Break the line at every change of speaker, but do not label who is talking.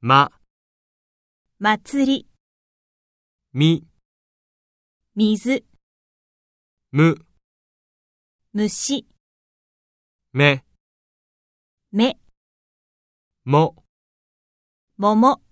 ま、
祭り、
み、
水、
む、
虫、
め、
目、
も。
桃。